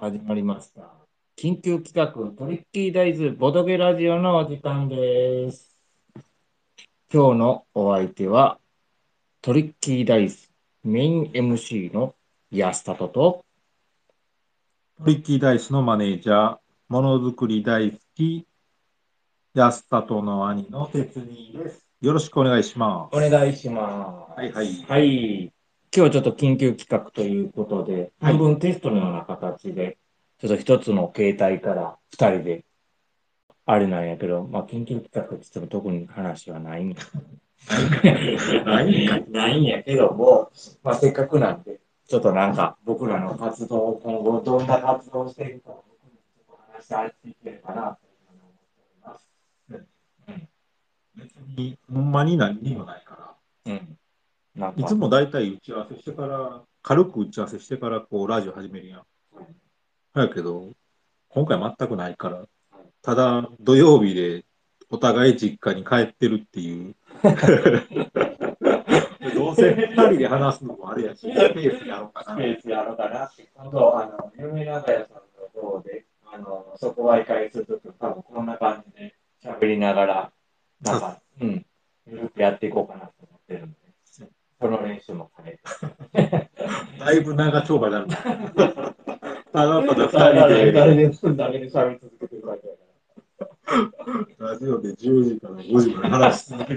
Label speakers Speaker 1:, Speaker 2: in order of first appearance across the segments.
Speaker 1: 始まりました。緊急企画、トリッキーダイズボドゲラジオのお時間です。今日のお相手は、トリッキーダイズメイン MC の安里と、
Speaker 2: トリッキーダイスのマネージャー、ものづくり大好き、安里の兄の哲兄です。よろしくお願いしま。
Speaker 1: お願いします
Speaker 2: はいはい。
Speaker 1: す。はい。今日はちょっと緊急企画ということで、
Speaker 2: は
Speaker 1: 半
Speaker 2: い。
Speaker 1: 分テストのような形で、ちょっと一つの携帯から二人で、あれなんやけど、まあ、緊急企画って言っても特に話はないんや。
Speaker 2: ないんかい。ないんかい。
Speaker 1: ないんやけども、まあ、せっかくなんで、ちょっとなんか僕らの活動を今後どんな活動をしていくかを僕もちょっと話し合っていければなというふうに思っております。
Speaker 2: 別に、ほんまに何にもないか
Speaker 1: うん。うんなん
Speaker 2: ら。いつ
Speaker 1: か、
Speaker 2: もだいたい打ち合わせしてから、軽く打ち合わせしてから、こう、ラジオ始めるやん。そやけど、今回全くないから、ただ、土曜日で、お互い実家に帰ってるっ ていう。どうせ二人で話すのもあれやし、スペースやろうか
Speaker 1: ス
Speaker 2: な。
Speaker 1: ペースやろうかなって、今度、あの、有名な長屋さんの方で、あの、そこは一回するとき、多分こんな感じで喋りながら、なん
Speaker 2: さ
Speaker 1: か、うん、ゆるくやっていこうかなと思ってるんで、その練習も兼ね
Speaker 2: だいぶ長丁場になるな。ただ
Speaker 1: て。
Speaker 2: た
Speaker 1: だ
Speaker 2: だ二人
Speaker 1: 誰
Speaker 2: で、
Speaker 1: 誰で、誰で喋り続けてるわけやか
Speaker 2: ラジオで10時から5時まで話し続け
Speaker 1: ら、
Speaker 2: る。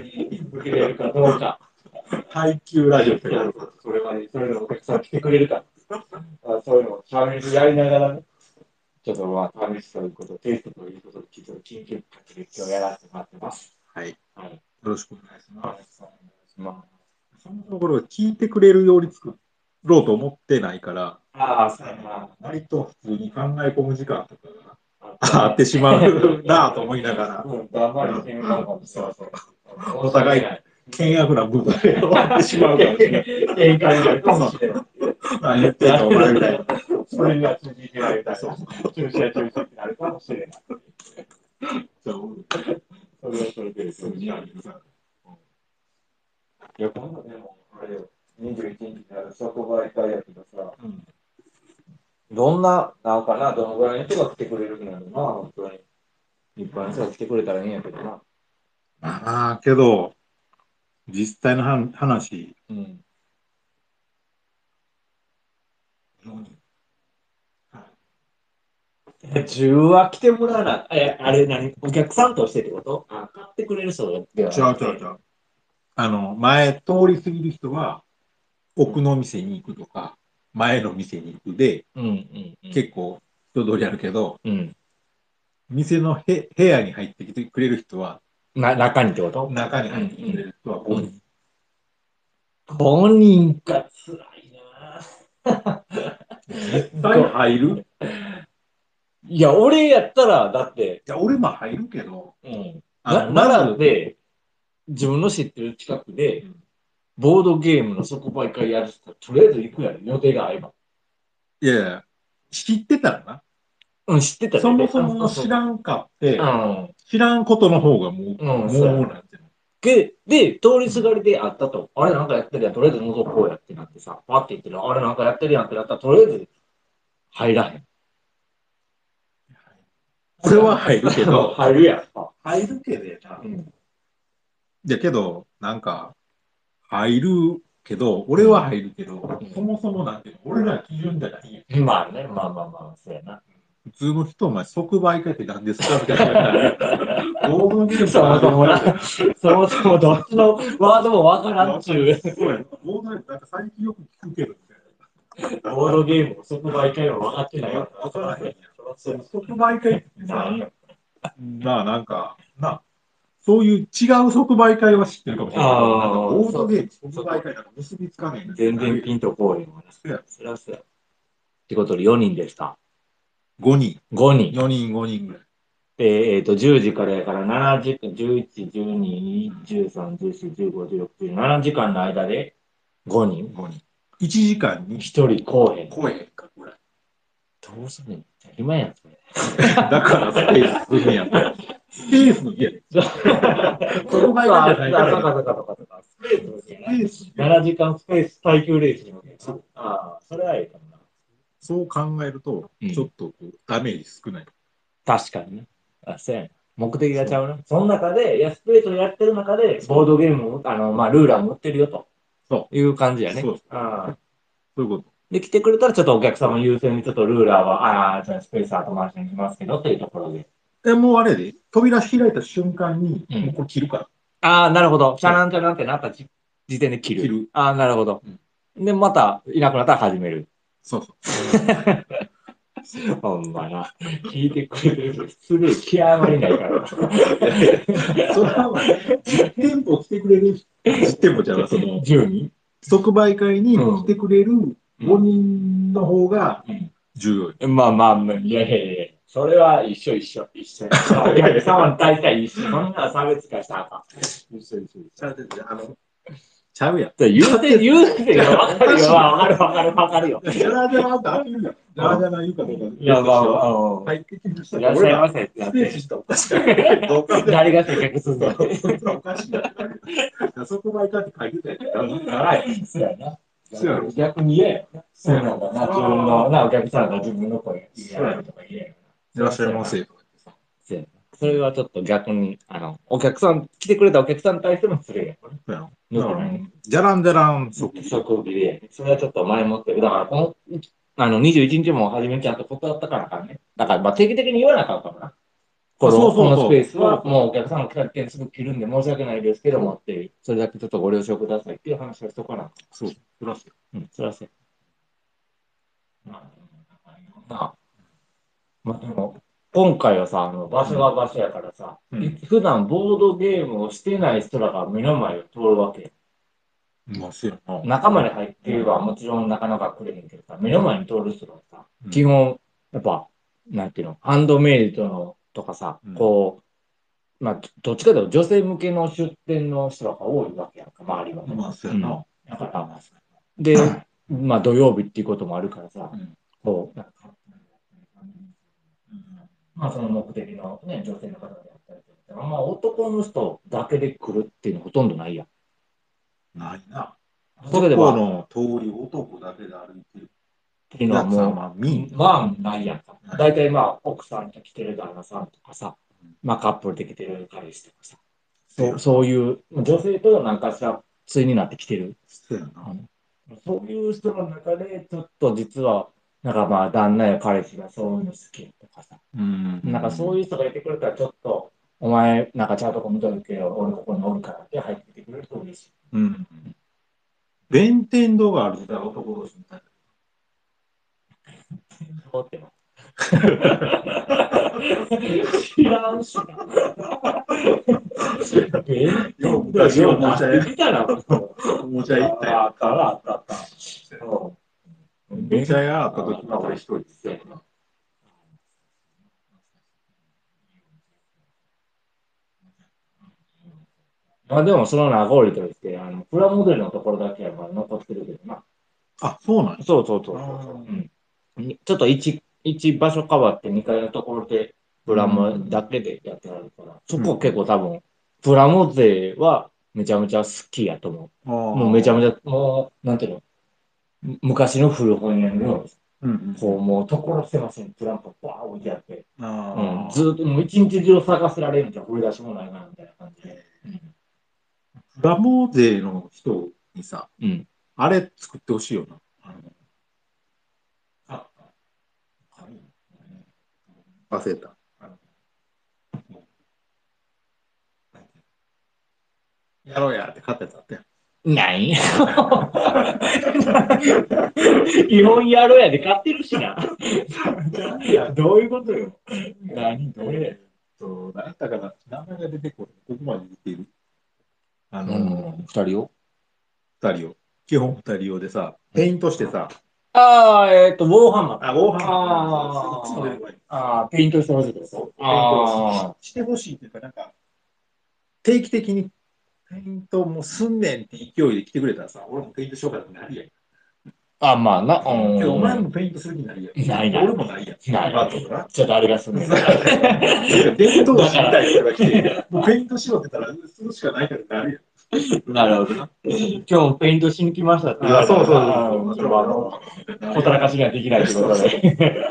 Speaker 1: 続けれるかどうか、
Speaker 2: 耐久ラジオってやる。
Speaker 1: それまで、それでお客さん来てくれるか、まあ、そういうのを喋りやりながらね、ちょっとまあ、試しということ、テストということで、ちょっと緊急活劇をやらせてもらってます。
Speaker 2: はい。よ
Speaker 1: はい。
Speaker 2: ろしくお願いし
Speaker 1: よ
Speaker 2: ま
Speaker 1: ろしくお願いします。
Speaker 2: す。そのところ、聞いてくれるように作ろうと思ってないから、
Speaker 1: ああ、そうやな。
Speaker 2: 割と普通に考え込む時間とかが
Speaker 1: あった
Speaker 2: あっ
Speaker 1: ね。
Speaker 2: てしまうなぁと思いながら、
Speaker 1: うん、頑張りしてみたのかもしれ
Speaker 2: そ
Speaker 1: ま
Speaker 2: う
Speaker 1: せ
Speaker 2: そ
Speaker 1: ん。
Speaker 2: う。
Speaker 1: うん
Speaker 2: お
Speaker 1: 申し
Speaker 2: 互
Speaker 1: 訳
Speaker 2: い、
Speaker 1: ない。
Speaker 2: 険悪な部分で終わってしまうかもしれない。
Speaker 1: 喧嘩になるかもしれない。
Speaker 2: 何言ってんのお前みたいな。
Speaker 1: それには通じてないみたい
Speaker 2: そう
Speaker 1: な。注射注射ってなるかもしれない。
Speaker 2: そう
Speaker 1: それはそれで
Speaker 2: そ
Speaker 1: 通
Speaker 2: う
Speaker 1: じない。
Speaker 2: そう
Speaker 1: いや、今度でも、あれよ、21日になる職場行かやけどさ、
Speaker 2: うん
Speaker 1: どんな、なんかな、どのぐらいの人が来てくれるんだろうな、本当に。いっぱいの人が来てくれたらいいんやけどな。
Speaker 2: まあ、けど、実際のはん話、
Speaker 1: うん。10は来てもらわない。え、あれ何お客さんとしてってことあ、買ってくれる人では
Speaker 2: 違う
Speaker 1: なく
Speaker 2: 違う違
Speaker 1: て。
Speaker 2: う。あの、前通り過ぎる人は、
Speaker 1: う
Speaker 2: 奥
Speaker 1: ん、
Speaker 2: の店に行くとか、前の店に行くで、
Speaker 1: うん、うん、うん。
Speaker 2: 結構人通りあるけど、
Speaker 1: うん。
Speaker 2: 店のへ部屋に入ってきてくれる人は、
Speaker 1: な、中にってこと
Speaker 2: 中に
Speaker 1: うん、
Speaker 2: 入ってきてくれる人は
Speaker 1: うん、う
Speaker 2: 5
Speaker 1: ん。
Speaker 2: 人。
Speaker 1: 5人か、つらいな。
Speaker 2: 実際
Speaker 1: ご
Speaker 2: 入る
Speaker 1: いや、俺やったら、だって、
Speaker 2: いや、俺も入るけど、
Speaker 1: うん、
Speaker 2: あ
Speaker 1: な、
Speaker 2: の、ま
Speaker 1: 奈良
Speaker 2: ず、
Speaker 1: で、自分の知ってる近く
Speaker 2: う
Speaker 1: で、
Speaker 2: ん
Speaker 1: ボードゲームの即売会やる人、とりあえず行くやろ、予定が合えば。
Speaker 2: いやいや、知ってたらな。
Speaker 1: うん、知ってたら
Speaker 2: そ
Speaker 1: や
Speaker 2: も
Speaker 1: で。
Speaker 2: そ
Speaker 1: あ、
Speaker 2: も
Speaker 1: そ
Speaker 2: の
Speaker 1: うそ
Speaker 2: 知
Speaker 1: う。
Speaker 2: らんかっ
Speaker 1: う
Speaker 2: て、
Speaker 1: ん、
Speaker 2: 知らんことの方がも
Speaker 1: う
Speaker 2: う、
Speaker 1: ん、そうや
Speaker 2: もう
Speaker 1: な。
Speaker 2: なんていうの。
Speaker 1: で、で、通り
Speaker 2: う
Speaker 1: す
Speaker 2: ん
Speaker 1: がりであったと、あれなんかやってるやん、とりあえず覗こうやってなってさ、パって言ってる、あれなんかやってるやんってなったら、とりあえず入らへん。
Speaker 2: 俺は入るけど、
Speaker 1: 入るやん。あ
Speaker 2: 入るけどや
Speaker 1: う
Speaker 2: な。
Speaker 1: ん。
Speaker 2: だけど、なんか、入るけど、
Speaker 1: う
Speaker 2: 俺
Speaker 1: ん。
Speaker 2: は入るけど、
Speaker 1: う
Speaker 2: そ
Speaker 1: ん。
Speaker 2: もそもなんていうの、俺ら基準じゃないやん。
Speaker 1: まあね、まあまあまあ、そうやな。
Speaker 2: 普通の人、お前、即売会って何ですかみたいな感じやから、ボードゲーム
Speaker 1: そも
Speaker 2: 何
Speaker 1: そ
Speaker 2: です
Speaker 1: もな、そ
Speaker 2: かみたいな。
Speaker 1: もそもどっちのワードもわからんっ
Speaker 2: わ
Speaker 1: ち
Speaker 2: かる。
Speaker 1: ゅう。
Speaker 2: そうやな。ボードゲーム、なんか最近よく聞くけど、みたいな。
Speaker 1: ボードゲームの即売会は分かってない
Speaker 2: わ
Speaker 1: よ。
Speaker 2: わからへんやん。
Speaker 1: そらそ
Speaker 2: で
Speaker 1: う
Speaker 2: も、即売会って
Speaker 1: なん
Speaker 2: さ、
Speaker 1: や。
Speaker 2: なあ、なんか、なあ、そういう違う即売会は知ってるかもしれんけど、なんか
Speaker 1: ああ、
Speaker 2: ボード
Speaker 1: そ、
Speaker 2: ゲーム、即
Speaker 1: そ
Speaker 2: 売
Speaker 1: こ、
Speaker 2: 会なんか結びつかねえなって
Speaker 1: 全
Speaker 2: なる
Speaker 1: 然
Speaker 2: や
Speaker 1: ピンとこうへんわな。
Speaker 2: ん。
Speaker 1: そらそうや。ってことで4人ですか。
Speaker 2: 5
Speaker 1: 5人。
Speaker 2: 人、4人、5人ぐらい。
Speaker 1: で、えっと、10時からやから7時間、11、12、13、14、15、16、1 7時間の間で5人。
Speaker 2: 5人。1時間に
Speaker 1: 1人来へん。
Speaker 2: 声へんかぐらい。
Speaker 1: どうすんねん。今やん、それ。
Speaker 2: だからスペースするんやったら。スペースの家で。
Speaker 1: そう
Speaker 2: 即売会じ
Speaker 1: あ、
Speaker 2: ゃ
Speaker 1: そ
Speaker 2: な
Speaker 1: うか、そうか、そう
Speaker 2: いからやな。
Speaker 1: か、そうか。スペースですよ
Speaker 2: スペ
Speaker 1: ね。
Speaker 2: ースの家
Speaker 1: 7時間スペース耐久レースに向けた。ああ、それはいいかもな。
Speaker 2: そう考えると
Speaker 1: うん、
Speaker 2: ちょっとこうダメージ少ない。
Speaker 1: 確かにね。あ、そうやな。目的がちゃうな。その中で、いや、スプレートやってる中で、ボードゲームを、あの、まあ、ルーラー持ってるよと。。
Speaker 2: そう
Speaker 1: いう感じやね。
Speaker 2: そう
Speaker 1: あ
Speaker 2: そういうこ
Speaker 1: で、来てくれたら、ちょっとお客様優先に、ちょっとルーラーは、ああ、じゃあスペース後回しにしますけど、っていうところで。
Speaker 2: と。え、もうあれやで、扉開いた瞬間に、
Speaker 1: うん
Speaker 2: もうこれ切るから。
Speaker 1: ああ、なるほど。チャランチャランってなった時時点で切る。
Speaker 2: 切る
Speaker 1: ああ、なるほど。で、また、いなくなったら始める。
Speaker 2: そうそう。
Speaker 1: ほんまな。聞いてくれてる人、すぐ極まりない から。
Speaker 2: それはまあね、実店舗来てくれる、実店舗じゃない、その、
Speaker 1: 10人
Speaker 2: 即売会に来てくれる5人の方が重要よ。
Speaker 1: まあまあ、いやいやいや、それは一緒一緒、一緒。いやいや、そんな大体一緒。そんな差別化したらあかん。一緒一緒。
Speaker 2: ちゃうであの、ちゃうやん。
Speaker 1: 言うて、言うてよ、わかるよ、わかるわかるわかるよ。
Speaker 2: ジャラジャラってアピールやん。ジャラジャラ言うかどうか。
Speaker 1: いや、まあ、ま
Speaker 2: あ、
Speaker 1: あ、
Speaker 2: 入ってきました
Speaker 1: いらっしゃいませってな
Speaker 2: ス
Speaker 1: っ
Speaker 2: テージ
Speaker 1: て。
Speaker 2: したらおかしくない。どう考えても
Speaker 1: 誰が接客すんの
Speaker 2: そいつらおかしいな。そこまでかって書いてたやん。
Speaker 1: そうやな。逆に言えよ。そうなんだな、自分の、な、お客さんが自分の声言えないとか言えよ。
Speaker 2: いらっしゃいませ。
Speaker 1: そうやなそれはちょっと逆に、あの、お客さん、来てくれたお客さんに対しても失礼やからね。
Speaker 2: そうやん
Speaker 1: だ
Speaker 2: だ
Speaker 1: か
Speaker 2: からら、じゃらんじゃらん、そう。
Speaker 1: 即切れ。それはちょっと前もって、だからこの、あの、21日も初めちゃんと断ったからあかんね。だから、まあ、定期的に言わなあかんからな。この
Speaker 2: そうそうそう
Speaker 1: このスペースは、もうお客さんが来た件すぐ切るんで申し訳ないですけどもっていう、それだけちょっとご了承くださいっていう話をしとかな。
Speaker 2: そう。プラス。
Speaker 1: うん、そらせ。まあ、いろんなまあ、でも、今回はさ、あの場所が場所やからさ、
Speaker 2: うん
Speaker 1: い普段ボードゲームをしてない人らが目の前を通るわけよ
Speaker 2: まあ、そうやな。
Speaker 1: 仲間に入ってればもちろんなかなか来れへんけどさ、目の前に通る人がさ、
Speaker 2: うん
Speaker 1: 基本、やっぱ、なんていうの、ハンドメイドのとかさ、
Speaker 2: うん
Speaker 1: こう、まあ、どっちかというと女性向けの出店の人らが多いわけやんか、周りはね。
Speaker 2: まあ、そうやな。
Speaker 1: だから、 で、まあ土曜日っていうこともあるからさ、
Speaker 2: うん
Speaker 1: こう、なんかまあその目的のね、女性の方であったりとか、まあ男の人だけで来るっていうのほとんどないやん。
Speaker 2: ないな。
Speaker 1: それで
Speaker 2: こ
Speaker 1: は、
Speaker 2: の通り男だけで歩いてる。
Speaker 1: っていうのはもう、
Speaker 2: まあ、みん
Speaker 1: まあ、ないやんか
Speaker 2: は。い
Speaker 1: 大体まあ、奥さんと来てる旦那さんとかさ
Speaker 2: うん、
Speaker 1: まあ、カップルで来てる彼氏とかさ、そうそういう、女性となんかしら、対になってきてる。
Speaker 2: そうやな。
Speaker 1: そういう人の中で、ちょっと実は、なんかまあ、旦那や彼氏がそういうの好きとかさ、
Speaker 2: うん
Speaker 1: なんかそう
Speaker 2: い
Speaker 1: いう人がいてくれたら、ちょっと、お前、なんかちゃんとこ見とるけど、俺ここにおるからって入ってきてくれると嬉しい。
Speaker 2: う。うん。弁天堂がある時代は男同士みたい
Speaker 1: そうっての知らんしな。え
Speaker 2: な。よう
Speaker 1: だ
Speaker 2: 昔
Speaker 1: よ
Speaker 2: は
Speaker 1: うな
Speaker 2: も
Speaker 1: っ
Speaker 2: ちゃや
Speaker 1: て、きたな、もう。
Speaker 2: もちゃ行ったよ。
Speaker 1: あったな、あったあった。うん
Speaker 2: めちゃやあ
Speaker 1: あ
Speaker 2: った時
Speaker 1: まあ俺一人ですよ。まあでもその名残として、あのプラモデルのところだけはまだ残ってるけどな。
Speaker 2: あ、そうなんや
Speaker 1: そうそうそうそう。うん、ちょっと一一場所変わって2階のところでプラモだけでやってられるから、そこ結構多分、プラモ勢はめちゃめちゃ好きやと思う。も
Speaker 2: も
Speaker 1: うめちゃ
Speaker 2: めち
Speaker 1: めちゃ、もう、なんていうの、む昔の古本屋の、
Speaker 2: ゃ。うん
Speaker 1: こう、もう、所狭しにプランプバー置いてあって、
Speaker 2: うん。
Speaker 1: うん
Speaker 2: あ、あ。
Speaker 1: ずーっと、もう一日中探せられるみたいな、掘り出しもないな、みたいな感じで。
Speaker 2: プラモデルの人にさ、
Speaker 1: うん。
Speaker 2: あれ作ってほしいよな。あの
Speaker 1: あ、
Speaker 2: 忘れた。やろうやって買ったやつあったやん。
Speaker 1: ない。 日本やろやで買ってるしな。 どういうことよ。何どれ
Speaker 2: そう、なんだから、名前が出てこない。ここまで出ている。あ
Speaker 1: あ
Speaker 2: の、
Speaker 1: 二人を
Speaker 2: 二人を。基本二人用でさ、ペイントしてさ、
Speaker 1: ああ、えっと、ウォーハンマー。
Speaker 2: あ、ご飯
Speaker 1: あー
Speaker 2: いつも出てこない。
Speaker 1: ああ、ペイントしてほしいです。
Speaker 2: あしてほしいというか、なんか、定期的にペイントもうすんねんって勢いで来てくれたらさ、俺もペイントしようかなってなるやん。
Speaker 1: あ、まあな、うん
Speaker 2: けど、お前もペイントする気になるやん。
Speaker 1: ないない
Speaker 2: 俺もないやん。
Speaker 1: ない
Speaker 2: バットな。
Speaker 1: ちょっとあれがすんねん。
Speaker 2: 伝統師みたいな人が来て、もうペイントしろって言ったら、するしかないからってなる
Speaker 1: なるほど。今日もペイントしに来ましたって言わ
Speaker 2: あ
Speaker 1: れた
Speaker 2: そう
Speaker 1: ら
Speaker 2: そう
Speaker 1: あー
Speaker 2: そ。
Speaker 1: そうれはあの、ほたらかしにはできないってことで。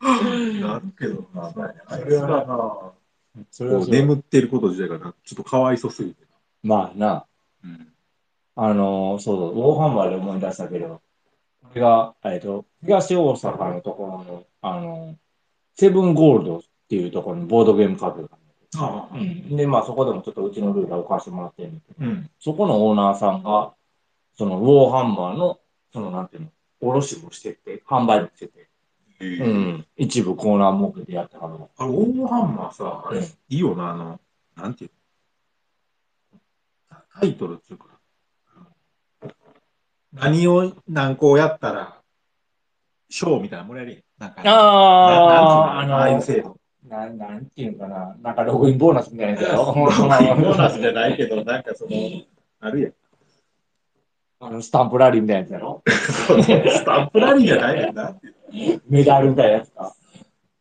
Speaker 2: なるけどな。
Speaker 1: それはな、 それ
Speaker 2: こ
Speaker 1: は
Speaker 2: う
Speaker 1: そう
Speaker 2: 眠ってること自体がなちょっとかわいそうすぎて
Speaker 1: まあな、
Speaker 2: な。うん。
Speaker 1: あのーそうそう、ウォーハンマーで思い出したけど、これが、えっと、東大阪のところの、あのーセブンゴールドっていうところのボードゲームカフェが
Speaker 2: あ
Speaker 1: ある、で、まあそこでもちょっとうちのルーラー置かせてもらってるんだけど、
Speaker 2: うん。
Speaker 1: そこのオーナーさんが、そのウォーハンマーの、そのなんていうの、卸もしてて、販売もしてて、
Speaker 2: えー
Speaker 1: うん、一部コーナー設けてやってはるの。
Speaker 2: あれ、オーバーハンマーさ、あれ、
Speaker 1: うん
Speaker 2: いいよな、あの、なんていうのタイトルっていうか、何を何個やったら、賞みたいなのもらえるやん。なんか、
Speaker 1: あ
Speaker 2: な
Speaker 1: あ、
Speaker 2: な
Speaker 1: あ
Speaker 2: んつう
Speaker 1: の
Speaker 2: のああいう制度。
Speaker 1: ななんていうのかな、なんかログインボーナスみたいなやつだろ
Speaker 2: ボーナスじゃないけど、なんかその、あるやん。
Speaker 1: あのスタンプラリーみたいなやつやろ。
Speaker 2: スタンプラリーじゃないやんな。
Speaker 1: メダルみたいなやつか。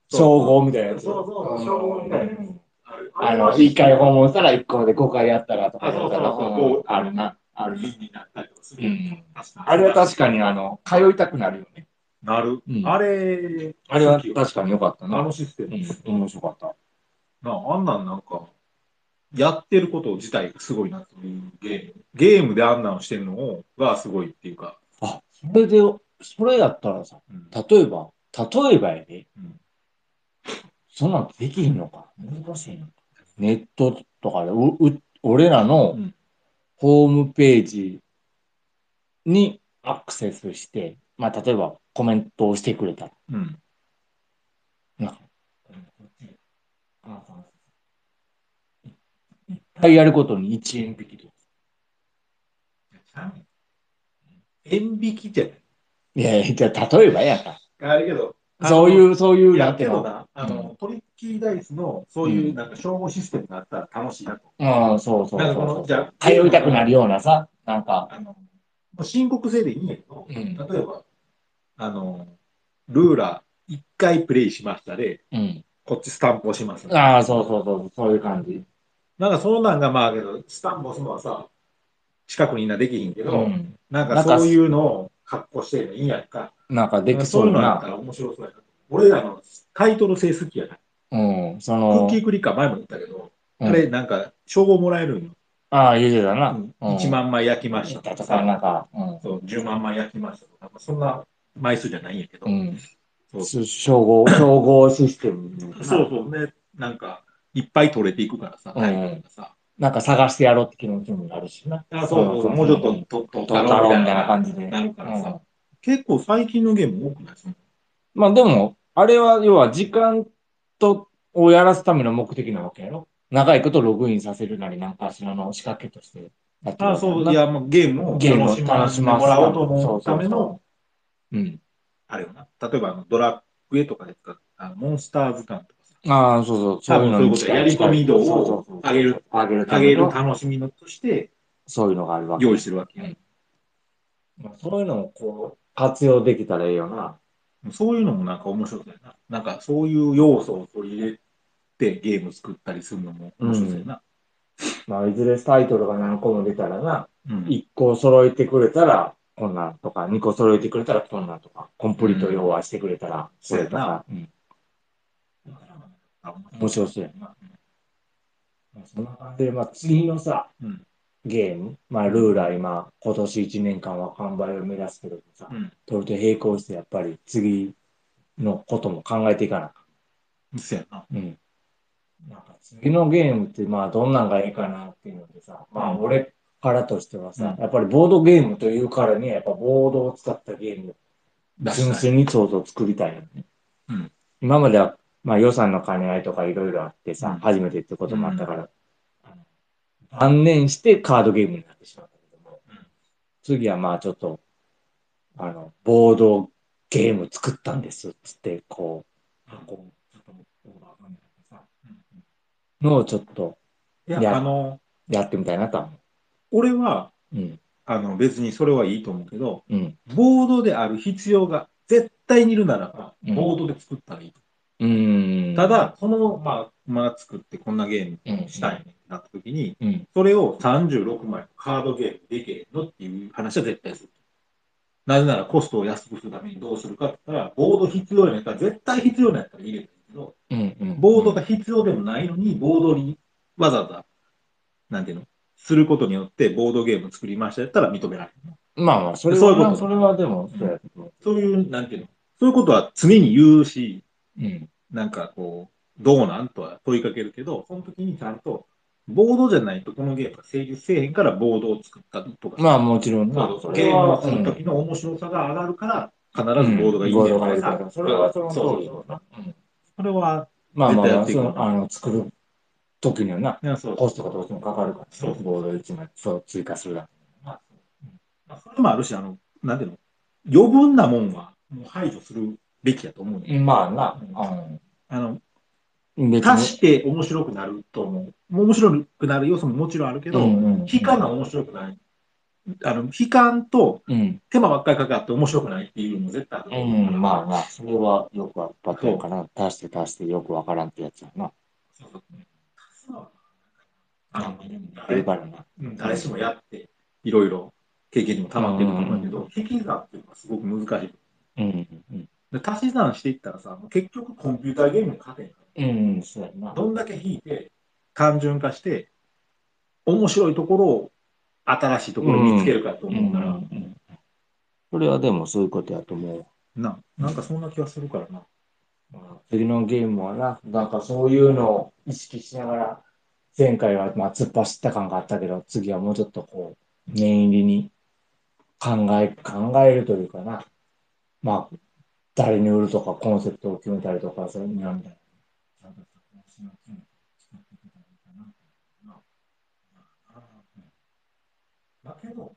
Speaker 2: そう
Speaker 1: 称号みたいなやつ。
Speaker 2: そうそう称号みたいなや
Speaker 1: あの、1回訪問したら1個で5回やったらとか
Speaker 2: あそうそうそ
Speaker 1: う
Speaker 2: う
Speaker 1: んあるな。ある。
Speaker 2: 瓶になったりとかす
Speaker 1: う
Speaker 2: るやん。
Speaker 1: ん。
Speaker 2: 確かに
Speaker 1: あれは確かに、あの、通いたくなるよね。
Speaker 2: なる。
Speaker 1: うん
Speaker 2: あれ、
Speaker 1: あれは確かに良かった
Speaker 2: あ
Speaker 1: な。
Speaker 2: のシステム
Speaker 1: う。ん、面白かった。
Speaker 2: なあ、あんなんなんか、やってること自体がすごいなというゲーム。ゲームであんなんをしてるのをがすごいっていうか。
Speaker 1: あ、それで、それやったらさ、
Speaker 2: うん
Speaker 1: 例えば、例えばやで、
Speaker 2: うん
Speaker 1: そんなんできひんのか。難しいのか。ネットとかで、うう俺らの
Speaker 2: うん
Speaker 1: ホームページにアクセスして、まあ、例えばコメントをしてくれたら、
Speaker 2: うん。
Speaker 1: なんか一回やることに1円引きとか。
Speaker 2: 円引きって。
Speaker 1: いやいや、じゃあ例えばやんか。
Speaker 2: あれけど、
Speaker 1: そういう、そういう、
Speaker 2: い
Speaker 1: な
Speaker 2: や
Speaker 1: んて
Speaker 2: け
Speaker 1: いう
Speaker 2: ど
Speaker 1: の。
Speaker 2: な、あの、トリッキーダイスの、そういうなんか、称号システムがあったら楽しいなと。
Speaker 1: うん、そうそう
Speaker 2: なんかこ
Speaker 1: そ
Speaker 2: の、
Speaker 1: う
Speaker 2: じゃあ、
Speaker 1: 通いたくな
Speaker 2: る。
Speaker 1: るようなさ、なんか、
Speaker 2: あの、もう申告制でいいんやけど、
Speaker 1: うん
Speaker 2: 例えば、あの、ルーラー1回プレイしましたで、
Speaker 1: うん。
Speaker 2: こっちスタンプ押します。
Speaker 1: ああ、そうそうそう、そういう感じ。
Speaker 2: なんかそうなんがまあけど、スタンプ押すのはさ、近くにいんなできひんけ
Speaker 1: う
Speaker 2: ど、
Speaker 1: ん。
Speaker 2: なんかそういうのを格好してるのいいやんか。
Speaker 1: なんかでき
Speaker 2: そう
Speaker 1: そ
Speaker 2: いう
Speaker 1: う
Speaker 2: のやっ
Speaker 1: な
Speaker 2: た。ら面白そうやな。俺らのタイトル性好きやな。
Speaker 1: うん、そ
Speaker 2: クッ
Speaker 1: の
Speaker 2: キ、ークリッカー前も言ったけど、
Speaker 1: うん
Speaker 2: あれなんか称号もらえるんよ。
Speaker 1: ああ、言うてたな。うん
Speaker 2: 1万枚焼きま
Speaker 1: い
Speaker 2: した
Speaker 1: たと
Speaker 2: と
Speaker 1: か、
Speaker 2: か、
Speaker 1: なんか、うん
Speaker 2: そう10万枚焼きましたとか、なんかそんな枚数じゃないんやけど、
Speaker 1: うん。
Speaker 2: そう
Speaker 1: す称号、称号システム。
Speaker 2: そうそうね、なんかいっぱい取れていくからさ、
Speaker 1: うん
Speaker 2: タイトルがさ、
Speaker 1: なんか探してやろうって気持ちになるしな。
Speaker 2: あそうそうそうもうちょっと取取
Speaker 1: と、
Speaker 2: っ
Speaker 1: だ
Speaker 2: た
Speaker 1: ろ
Speaker 2: ろ
Speaker 1: う
Speaker 2: う
Speaker 1: み
Speaker 2: み
Speaker 1: たい
Speaker 2: たい
Speaker 1: な
Speaker 2: な
Speaker 1: 感じで。
Speaker 2: なるからさ
Speaker 1: うん
Speaker 2: 結構最近のゲーム多くないですか
Speaker 1: まあでも、あれは要は時間と、をやらすための目的なわけやろ。長いことログインさせるなりなんかしらの仕掛けとしてやってる
Speaker 2: あ
Speaker 1: わけや
Speaker 2: そ
Speaker 1: ん
Speaker 2: う、
Speaker 1: ない
Speaker 2: や、もうゲームを
Speaker 1: ゲームを
Speaker 2: 楽し
Speaker 1: 楽
Speaker 2: ま
Speaker 1: し
Speaker 2: せて
Speaker 1: ま
Speaker 2: も
Speaker 1: す
Speaker 2: らおうと思うため
Speaker 1: そうそう
Speaker 2: の、
Speaker 1: うん。
Speaker 2: あれよな、例えばあのドラクエとかで使ったモンスター図鑑とかさ、
Speaker 1: ああ、そうそう、
Speaker 2: 多分そういう
Speaker 1: に
Speaker 2: ことや、やり込み度を上げる、
Speaker 1: 上げるた
Speaker 2: 上
Speaker 1: め
Speaker 2: げる
Speaker 1: の、
Speaker 2: 楽しみのとして
Speaker 1: そういうのがあるわけ。
Speaker 2: 用意してるわけや、
Speaker 1: まあそういうのをこう、活用できたらいいよな。
Speaker 2: そういうのもなんか面白そうやな。なんかそういう要素を取り入れてゲーム作ったりするのも面白そうやな。
Speaker 1: まあ、いずれタイトルが何個も出たらな、
Speaker 2: うん
Speaker 1: 1個揃えてくれたら、こんなんとか、2個揃えてくれたらこんなんとか、コンプリート要はしてくれたら、それとか、うん面白そうやな。まあそんな感じで、まあ、次のさ、
Speaker 2: うん
Speaker 1: ゲーム、まあ、ルーラー今、今年1年間は販売を目指すけどもさ、
Speaker 2: うん
Speaker 1: それと並行してやっぱり次のことも考えていかなあか
Speaker 2: そうやな。
Speaker 1: ん。うん。なんか次のゲームって、まあ、どんなんがいいかなっていうのでさ、まあ、俺からとしてはさ、
Speaker 2: うん
Speaker 1: やっぱりボードゲームというからには、やっぱボードを使ったゲーム
Speaker 2: 出
Speaker 1: 純
Speaker 2: したい
Speaker 1: 粋に想像作りたいよね。
Speaker 2: うん
Speaker 1: 今までは、まあ、予算の兼ね合いとかいろいろあってさ、
Speaker 2: うん
Speaker 1: 初めてってこともあったから、あの断念してカードゲームになってしまったけども、
Speaker 2: うん
Speaker 1: 次はまあちょっと、あの、ボードゲーム作ったんですっつって、こう、こうちょっとオーバーガンみたいなさのをちょっと
Speaker 2: いや、
Speaker 1: いや
Speaker 2: あの、
Speaker 1: やってみたいなとは思
Speaker 2: 俺は、
Speaker 1: う。うん、
Speaker 2: あの、別にそれはいいと思うけど、
Speaker 1: うん、
Speaker 2: ボードである必要が絶対にいるならば、
Speaker 1: うん
Speaker 2: ボードで作ったらいいと。
Speaker 1: うーん。
Speaker 2: た、だ、その、まあ、まあ作ってこんなゲー
Speaker 1: うん
Speaker 2: ムしたいねってなった時に、
Speaker 1: うん。
Speaker 2: それを36枚のカードゲームでけへんのっていう話は絶対する。なぜならコストを安くするためにどうするかって言ったら、ボード必要やったら、絶対必要なやったら入れるんだけど、
Speaker 1: うん。うん。
Speaker 2: ボードが必要でもないのに、ボードにわざわざ、なんていうの、することによってボードゲーム作りましたやったら認められる。
Speaker 1: まあまあ、それは、
Speaker 2: そういうこと
Speaker 1: まあそれはでも、そうやけど。
Speaker 2: そういう、なんていうの、そういうことは常に言うし、
Speaker 1: うん。
Speaker 2: なんかこう、どうなんとは問いかけるけど、その時にちゃんと、ボードじゃないとこのゲームが成立せえへんからボードを作ったとか、
Speaker 1: まあもちろんな。
Speaker 2: そうそう
Speaker 1: れ
Speaker 2: ゲームをする
Speaker 1: うん
Speaker 2: 時の面白さが上がるから、必ずボードがいいねとかさ、
Speaker 1: それはその通
Speaker 2: そう
Speaker 1: り
Speaker 2: そう
Speaker 1: だ
Speaker 2: そう
Speaker 1: な。うん
Speaker 2: それは、
Speaker 1: まあまあま
Speaker 2: 絶対や
Speaker 1: あ、
Speaker 2: っていく
Speaker 1: そ
Speaker 2: もん
Speaker 1: の、あの、作る時にはな、
Speaker 2: いやそう
Speaker 1: コストがどうしてもかかるから、
Speaker 2: そうそう
Speaker 1: ボード一枚、そう、追加するだ。
Speaker 2: それもあるし、あの、なんていうの、余分なもんはもう排除するべきやと思うね。
Speaker 1: まあな、
Speaker 2: あの、
Speaker 1: うん。別
Speaker 2: 足して面白くなると思う。もう面白くなる要素ももちろんあるけど、
Speaker 1: うんうん
Speaker 2: 悲観が面白くない。あの、悲観と
Speaker 1: うん。
Speaker 2: 手間ばっかりかかって面白くないっていうのも絶対あると
Speaker 1: う
Speaker 2: 思う。
Speaker 1: ん、まあな、それはよくあったとうかな。足して足してよくわからんってやつやな。
Speaker 2: そうそうそうあの
Speaker 1: いいからな。
Speaker 2: うん誰しもやって、いろいろ経験にも溜まってると思うけど、引き算っていうのはすごく難しい。
Speaker 1: うん、うん。
Speaker 2: で足し算していったらさ、もう結局コンピューターゲームの勝てんから
Speaker 1: うん、うんそうやな。
Speaker 2: どんだけ引いて、単純化して、面白いところを、新しいところを見つけるかと
Speaker 1: う
Speaker 2: 思うから、
Speaker 1: ん。それはでもそういうことやと思う。
Speaker 2: な、なんかそんな気がするからな。
Speaker 1: 次のゲームはな、なんかそういうのを意識しながら、前回はまあ突っ走った感があったけど、次はもうちょっとこう、念入りに考え、考えるというかな。まあ、誰に売るとかコンセプトを決めたりとか、そういうのなんだよ。
Speaker 2: だけど、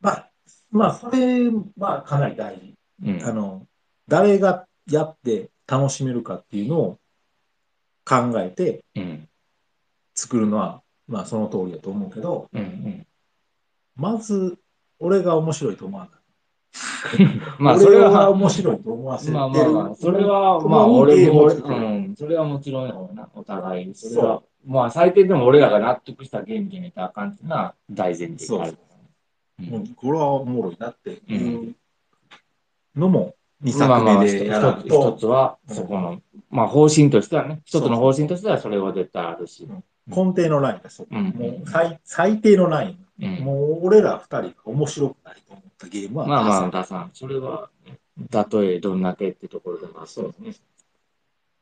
Speaker 2: まあ、まあ、それはかなり大事。
Speaker 1: うん
Speaker 2: あの、誰がやって楽しめるかっていうのを考えて
Speaker 1: うん。
Speaker 2: 作るのは、まあその通りだと思うけど、
Speaker 1: うん。うん。
Speaker 2: まず、俺が面白いと思わない。
Speaker 1: まあ、そ
Speaker 2: 俺
Speaker 1: れ
Speaker 2: が
Speaker 1: は、
Speaker 2: 面白いと思わせてる。
Speaker 1: まあまあまあ、それは、まあ、俺も、うん、それはもちろんやろうな、お互いに。それは、まあ、最低でも俺らが納得したゲームで見たらあかんっていうのは大前提がある。
Speaker 2: もうこれはおもろいなって
Speaker 1: う
Speaker 2: い
Speaker 1: ん
Speaker 2: うのも2
Speaker 1: まあ
Speaker 2: 作
Speaker 1: まあまあ
Speaker 2: 目
Speaker 1: 一
Speaker 2: でやらん
Speaker 1: つ一
Speaker 2: と、
Speaker 1: つは、そこの、まあ、方針としてはね、一つの方針としてはそれは絶対あるし。
Speaker 2: 根底のラインがそう。
Speaker 1: うん
Speaker 2: もう最最低のライン。
Speaker 1: うん。
Speaker 2: もう俺ら2人が面白くないと思ったゲームは、
Speaker 1: まあまあ、田さん、それは、たとえどんだけってところでもそうですね。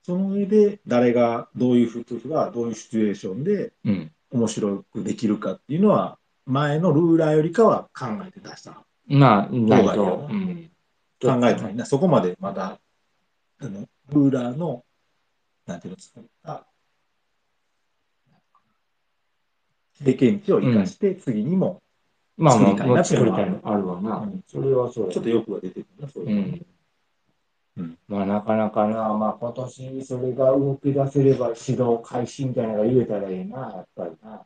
Speaker 2: その上で誰がどういうフットがどういうシチュエーションで
Speaker 1: うん。
Speaker 2: 面白くできるかっていうのは前のルーラーよりかは考えて出した考
Speaker 1: まあ、ない
Speaker 2: どうだ
Speaker 1: と
Speaker 2: ろ、う
Speaker 1: うん。
Speaker 2: えてないなそこまでまだあのルーラーのなんていうの作った経験値を生かして次にも、
Speaker 1: まあまあ、
Speaker 2: 作りたいな
Speaker 1: 作り
Speaker 2: っていうのは
Speaker 1: たいのあるわな。それはそうや
Speaker 2: ちょっと欲が出てくるなそう
Speaker 1: う
Speaker 2: いう、
Speaker 1: ん
Speaker 2: うん。
Speaker 1: まあ、なかなかな、まあ、今年それが動き出せれば指導開始みたいなのが言えたらいいな、やっぱりな。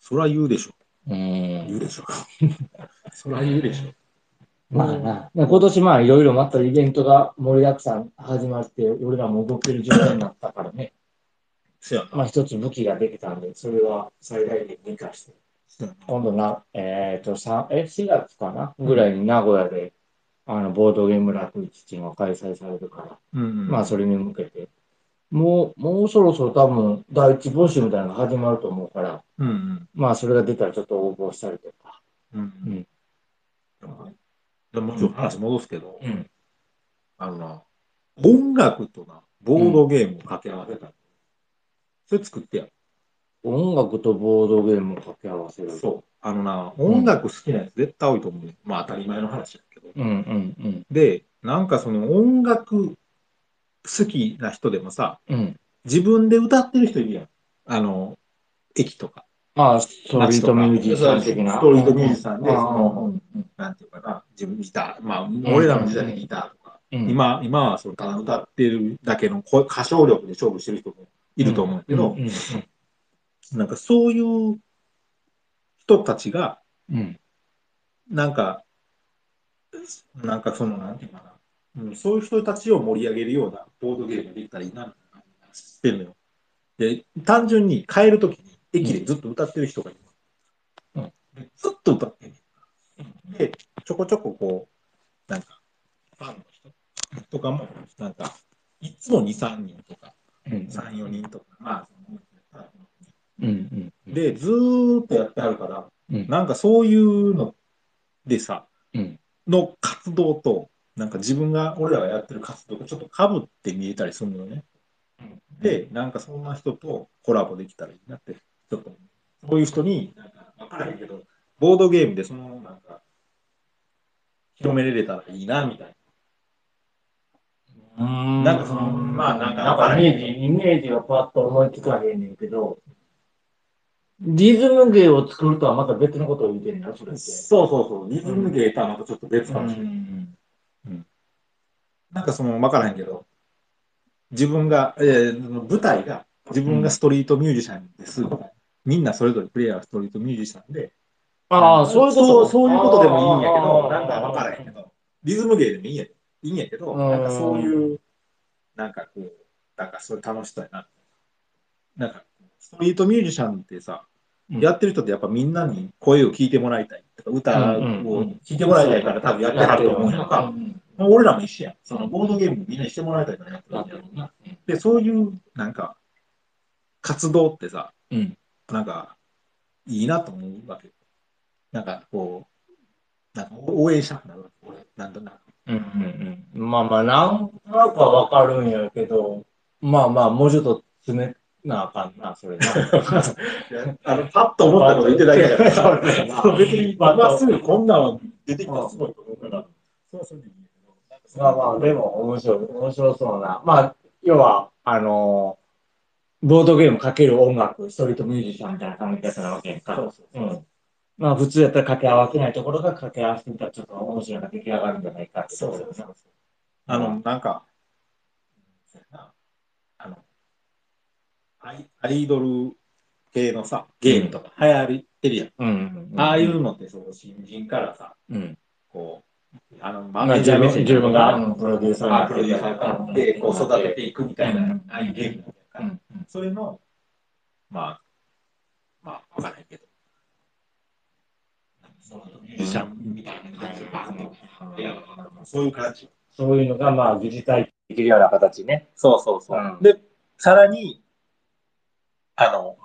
Speaker 2: そりゃ言うでしょ
Speaker 1: う。
Speaker 2: 言うんでしょ そりゃ言うでしょ
Speaker 1: まあな、で今年まあいろいろまたイベントが盛りだくさん始まって、俺らも動ける状態になったからね、
Speaker 2: せやな
Speaker 1: まあ一つ武器ができたんで、それは最大限に活かして、
Speaker 2: せやな
Speaker 1: 今度な、えっ、と、さえ、4月かなぐらいに名古屋で、あの、ボードゲーム楽市チームが開催されるから、
Speaker 2: うんうん
Speaker 1: まあそれに向けて、もう、もうそろそろ多分第一募集みたいなのが始まると思うから、
Speaker 2: うんうん
Speaker 1: まあそれが出たらちょっと応募したりとか。
Speaker 2: うんでももちろん話戻すけど、
Speaker 1: うん。
Speaker 2: あのな、音楽とな、ボードゲームを掛け合わせた。それ作ってや
Speaker 1: 音楽とボードゲームを掛け合わせる。
Speaker 2: る。そう。あのな、音楽好きなやつ絶対多いと思うね。まあ当たり前の話だけど。
Speaker 1: うんうん
Speaker 2: で、なんかその音楽好きな人でもさ、
Speaker 1: うん。うん。
Speaker 2: 自分で歌ってる人いるやん。あの、駅とか、
Speaker 1: まあ、ストリートミュージックさん的な。
Speaker 2: ストリートミュージシャンで
Speaker 1: うん
Speaker 2: その
Speaker 1: うん
Speaker 2: なんていうかな、自分ギター、まあ俺らの時代のギターとか、
Speaker 1: うん、
Speaker 2: 今、今はそのただ歌ってるだけの声歌唱力で勝負してる人もいると思うんだけど、
Speaker 1: うんうん
Speaker 2: なんかそういう人たちが、
Speaker 1: うん
Speaker 2: なんか、なんかその、なんていうかな、うん、そういう人たちを盛り上げるようなボードゲームができたらいいな、ってんのよ。で、単純に帰るときに、駅でずっと歌ってる人がいる。
Speaker 1: うん
Speaker 2: でずっと歌ってる。で、ちょこちょここう、なんか、ファンの人とかも、なんか、いつも2、3人とか、
Speaker 1: うん
Speaker 2: 3、4人とか、まあ、
Speaker 1: うんうん
Speaker 2: で、ずーっとやってはるから、
Speaker 1: うん
Speaker 2: なんかそういうのでさ、
Speaker 1: うん
Speaker 2: の活動と、なんか自分が、俺らがやってる活動がちょっとかぶって見えたりするのね。で、なんかそんな人とコラボできたらいいなって、ちょっと、そういう人に、なんか分からへんけど、ボードゲームでその、なんか、広めれれたらいいな、みたい
Speaker 1: うん
Speaker 2: なんかそのまあなんか
Speaker 1: なんかイメージ、イメージはパッと思いつかへんねんけど、リズム芸を作るとはまた別のことを言うてんねんな、それ
Speaker 2: な。
Speaker 1: って。
Speaker 2: そうそうそう、リズムゲーとはまたちょっと別かもしれない。
Speaker 1: ん。
Speaker 2: なんかその、わからへんけど、自分が、えー舞台が、自分がストリートミュージシャンです。みんなそれぞれプレイヤーがストリートミュージシャンで、
Speaker 1: ああ、そういうこと
Speaker 2: そうそういうことでもいいんやけど、
Speaker 1: あ
Speaker 2: な
Speaker 1: あ
Speaker 2: んかわからへんけど、リズム芸でもいいんやいいんやけど、
Speaker 1: うん
Speaker 2: なんかそういう、なんかこう、なんかそれ楽しそうやな。なんか、ストリートミュージシャンってさ、
Speaker 1: うん
Speaker 2: やってる人ってやっぱみんなに声を聞いてもらいたいとか、歌を聞いてもらいたいから多分やってはると思うやんか。俺らも一緒やん。そのボードゲームみんなにしてもらいたいからやってるんやろうな。で、そういう、なんか、活動ってさ、
Speaker 1: うん
Speaker 2: なんか、いいなと思うわけ。なんか、こう、なんか応援したくなるわけ。俺、なんとなく。
Speaker 1: うんうんうん。まあまあ、なんとなくはわかるんやけど、まあまあ、もうちょっと詰めなあかんな、それな。
Speaker 2: あの、パッと思ったこと言ってないから
Speaker 1: そう だな
Speaker 2: そう別に、
Speaker 1: パッと
Speaker 2: 今すぐこんなん出てきたらすごいと思うから、それはそれでいいんやけどなんかそ
Speaker 1: まあまあ、でも面白い、面白そうな。まあ、要は、あのーボードゲームかける音楽、ストリートミュージシャンみたいな感じだったわけやんか。
Speaker 2: そうそうそう
Speaker 1: うん。まあ、普通やったら掛け合わせないところが掛け合わせてみたらちょっと面白いのが出来上がるんじゃないかって。
Speaker 2: そうそうそう。あの、なんか、そうやなあの、アイアイドル系のさ、ゲームとか流行ってるやん。
Speaker 1: うん。うん。うん
Speaker 2: ああい。うのって、その新人からさ、
Speaker 1: うん。
Speaker 2: こう、あの、
Speaker 1: まあ、自分自分が、うんプロデューサーに
Speaker 2: ま
Speaker 1: な
Speaker 2: あ
Speaker 1: って
Speaker 2: プロデューサーからで、こう育てていくみたいな、ああいうゲームなんだか
Speaker 1: う
Speaker 2: ら、
Speaker 1: ん。うん
Speaker 2: それの、まあ、まあ、わからないけど、そのミュージシャンみたいな感じがあるのいやそういう感じ。
Speaker 1: そういうのが、まあ、疑似体験できるような形ね。
Speaker 2: そうそうそうで、さらに、あの、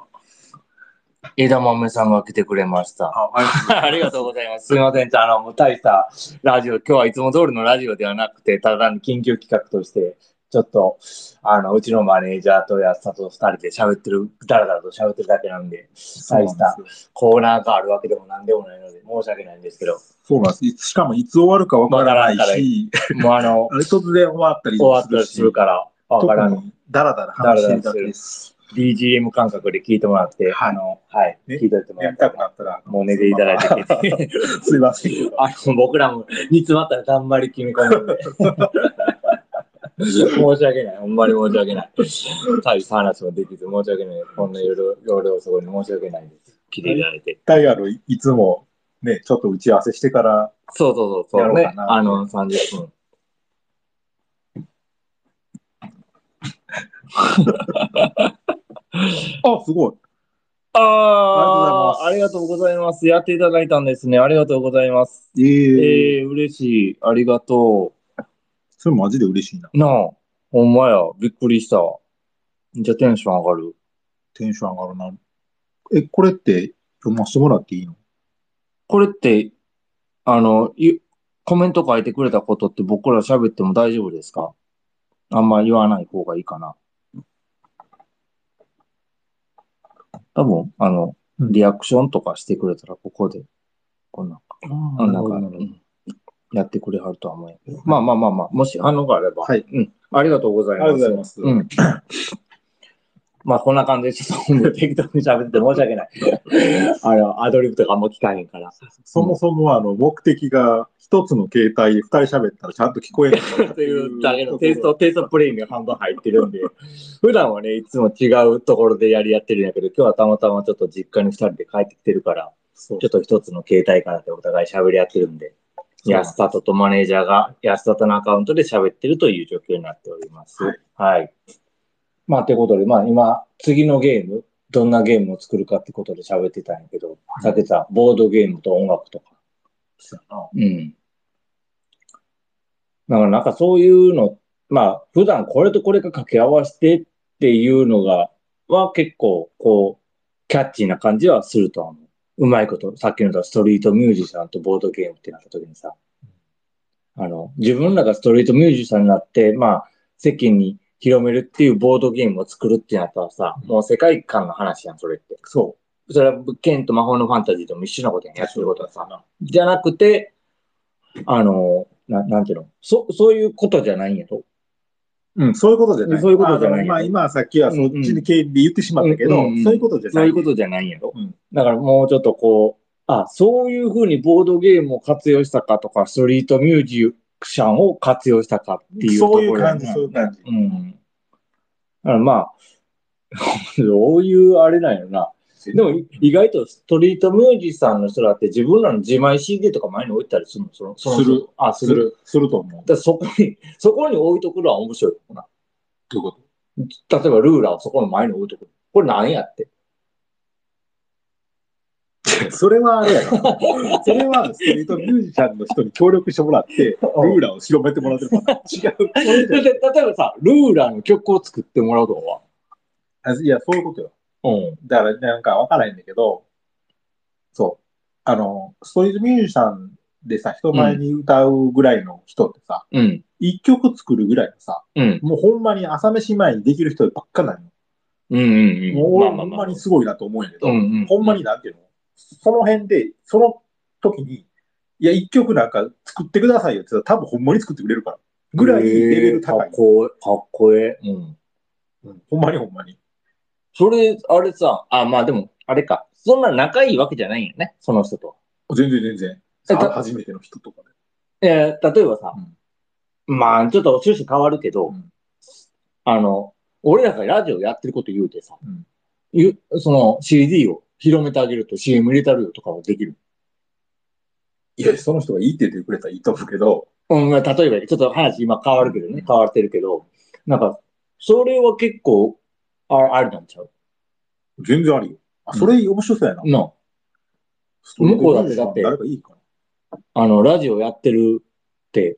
Speaker 1: 枝豆さんが来てくれました。 ありがとうございます。すいません。あの、もう大したラジオ、今日はいつも通りのラジオではなくて、ただ単に緊急企画として、ちょっと、あの、うちのマネージャーと安田と二人で喋ってる、だらだらと喋ってるだけなんで、
Speaker 2: そう
Speaker 1: 大
Speaker 2: な
Speaker 1: し
Speaker 2: んです
Speaker 1: た
Speaker 2: よ
Speaker 1: コーナーがあるわけでも何でもないので、申し訳ないんですけ ど、
Speaker 2: そうなんですいつ。しかも、いつ終わるかわからないし、
Speaker 1: もうあの
Speaker 2: あ、れ突然終わったり
Speaker 1: 終わったりする
Speaker 2: か
Speaker 1: から、わ
Speaker 2: 特
Speaker 1: からん。
Speaker 2: にだらだら話してるだけです。
Speaker 1: BGM 感覚で聞いてもらって、
Speaker 2: はい
Speaker 1: あの、はい、
Speaker 2: ね
Speaker 1: 聞いといてもら
Speaker 2: や
Speaker 1: っ
Speaker 2: り
Speaker 1: たら
Speaker 2: たくなったら、
Speaker 1: もう寝ていただいて聞い て。
Speaker 2: すいませんけど。
Speaker 1: あの、僕らも煮詰まったらたんまり決め込むん で。申し訳ない。ほんまに申し訳ない。大した話もできず申し訳ない。こんないろいろ、容量そこに申し訳ないです。来ていただいて。
Speaker 2: タイガルいつもね、ちょっと打ち合わせしてから、
Speaker 1: そうそうそう。
Speaker 2: や
Speaker 1: そう
Speaker 2: ろう
Speaker 1: ね
Speaker 2: か。な
Speaker 1: あの、30分。
Speaker 2: あ、すごい。
Speaker 1: あ
Speaker 2: あ
Speaker 1: ー
Speaker 2: ー
Speaker 1: ありがとうございます。やっていただいたんですね。ありがとうございます。
Speaker 2: え
Speaker 1: え
Speaker 2: ー、
Speaker 1: ー、嬉しい。ありがと
Speaker 2: それマジで嬉しいな。
Speaker 1: う。なあ、ほんまや。びっくりしたわ。じゃあテンション上がる。
Speaker 2: テンション上がるな。え、これって読ませてもらっていいの
Speaker 1: これって、あの、ゆコメント書いてくれたことって僕ら喋っても大丈夫ですかあんま言わない方がいいかな。多分、あの、
Speaker 2: うん
Speaker 1: リアクションとかしてくれたら、ここで、こんな、
Speaker 2: あ
Speaker 1: あなんか、うんやってくれはるとは思え。まあまあまあまあ、もし反応があれば。
Speaker 2: はい
Speaker 1: うん。ありがとうござい
Speaker 2: あり
Speaker 1: ま
Speaker 2: が
Speaker 1: す。
Speaker 2: とうございます。
Speaker 1: うん。 まあ、こんな感じで、ちょっともう適当に喋って申し訳ない。 あの、アドリブとかあんま聞かへんから。
Speaker 2: そもそもあの目的が一つの携帯で二人喋ったらちゃんと聞こ えないっ
Speaker 1: というだけのテイスト、テイストプレインが半分入ってるんで、 普段はね、いつも違うところでやりやってるんやけど、今日はたまたまちょっと実家に二人で帰ってきてるから、
Speaker 2: そう
Speaker 1: ちょっと一つの携帯からでお互い喋り合ってるんで、
Speaker 2: そう
Speaker 1: 安里とマネージャーが安里のアカウントで喋ってるという状況になっております。
Speaker 2: は
Speaker 1: はいい。まあ、ってことで、まあ今、次のゲーム、どんなゲームを作るかってことで喋ってたんやけど、さっきさ、ボードゲームと音楽とか。
Speaker 2: そうやな
Speaker 1: うん。だからなんかそういうの、まあ、普段これとこれが掛け合わせてっていうのが、は結構、こう、キャッチーな感じはするとは思う。うまいこと、さっきの言ったストリートミュージシャンとボードゲームってなった時にさ、あの、自分らがストリートミュージシャンになって、まあ、世間に広めるっていうボードゲームを作るってなったらさ、もう世界観の話やん、それって。そう。それは、剣と魔法のファンタジーとも一緒なことやん、やってることはさ。
Speaker 2: な。
Speaker 1: じゃなくて、あの、ななんていうのそ、そういうことじゃないんやと。
Speaker 2: うん、そういうことじゃない。
Speaker 1: そういうことじゃない
Speaker 2: あでもまあ、今さっきはそっちに警備言ってしまったけ
Speaker 1: う
Speaker 2: ど、
Speaker 1: んうん
Speaker 2: そういうことじゃ
Speaker 1: そ
Speaker 2: な
Speaker 1: う
Speaker 2: い。
Speaker 1: いうことじゃないんやと。
Speaker 2: うん
Speaker 1: だからもうちょっとこう、あ、そういうふうにボードゲームを活用したかとか、ストリートミュージシャンを活用したかっていうとこ
Speaker 2: そう
Speaker 1: ろ
Speaker 2: いう
Speaker 1: や
Speaker 2: 感
Speaker 1: な
Speaker 2: じ、そういう感じ。
Speaker 1: うん。だからまあ、 どういうあれなんやろな。でも意外とストリートミュージシャンの人だって自分らの自前 CD とか前に置いたりするのその、その
Speaker 2: する。
Speaker 1: あ、す
Speaker 2: す
Speaker 1: る。
Speaker 2: る、すると思う。
Speaker 1: だからそこに、そこに置いとくのは面白いかもな。
Speaker 2: どういうこ
Speaker 1: 例えばルーラーをそこの前に置いとく。これ何やって。
Speaker 2: と それはあれやな。それはストリートミュージシャンの人に協力してもらって、ルーラーを広めてもらってるパターン。違うそれじ
Speaker 1: だ
Speaker 2: ゃ
Speaker 1: って例えばさ、ルーラーの曲を作ってもらうとかは。
Speaker 2: ない。いや、そういうことよ。
Speaker 1: うん。
Speaker 2: だから、なんかわからへんだけど、そう。あの、ストリートミュージシャンでさ、人前に歌うぐらいの人ってさ、
Speaker 1: うん。
Speaker 2: 一曲作るぐらいのさ、
Speaker 1: うん。
Speaker 2: もうほんまに朝飯前にできる人ばっかなの。
Speaker 1: うんうん
Speaker 2: もう
Speaker 1: うん。
Speaker 2: 俺ほんまにすごいなと思うんやけど、
Speaker 1: うんうん。
Speaker 2: ほんまになんていうのその辺で、その時に、いや、一曲なんか作ってくださいよって言ったら多分ほんまに作ってくれるから。ぐらいレベル
Speaker 1: へ
Speaker 2: 高
Speaker 1: ーか
Speaker 2: い
Speaker 1: っ。こええ、かっこええ。うん。
Speaker 2: うんほんまにほんまに。
Speaker 1: それ、あれさ、あ、まあでも、あれか。そんな仲いいわけじゃないんよね。その人と。
Speaker 2: 全然全然。
Speaker 1: え
Speaker 2: さ
Speaker 1: た
Speaker 2: 初めての人とかね。
Speaker 1: えー例えばさ、
Speaker 2: うん
Speaker 1: まあ、ちょっと趣旨変わるけど、
Speaker 2: うん
Speaker 1: あの、俺らがラジオやってること言うてさ、
Speaker 2: うん
Speaker 1: 言うその CD を広めてあげると CM 入れたるよとかもできる。
Speaker 2: いや、その人がいいって言ってくれたらいいと思うけど、
Speaker 1: うん、まあ例えば、ちょっと話今変わるけどね
Speaker 2: う、ん
Speaker 1: 変わってるけど、なんか、それは結構、ああれなんちゃう
Speaker 2: 全然ありよ。あ、それ面白そうやな。
Speaker 1: の、
Speaker 2: 向
Speaker 1: 向こうだってだって
Speaker 2: 誰かいいかな。
Speaker 1: あの、ラジオやってるって、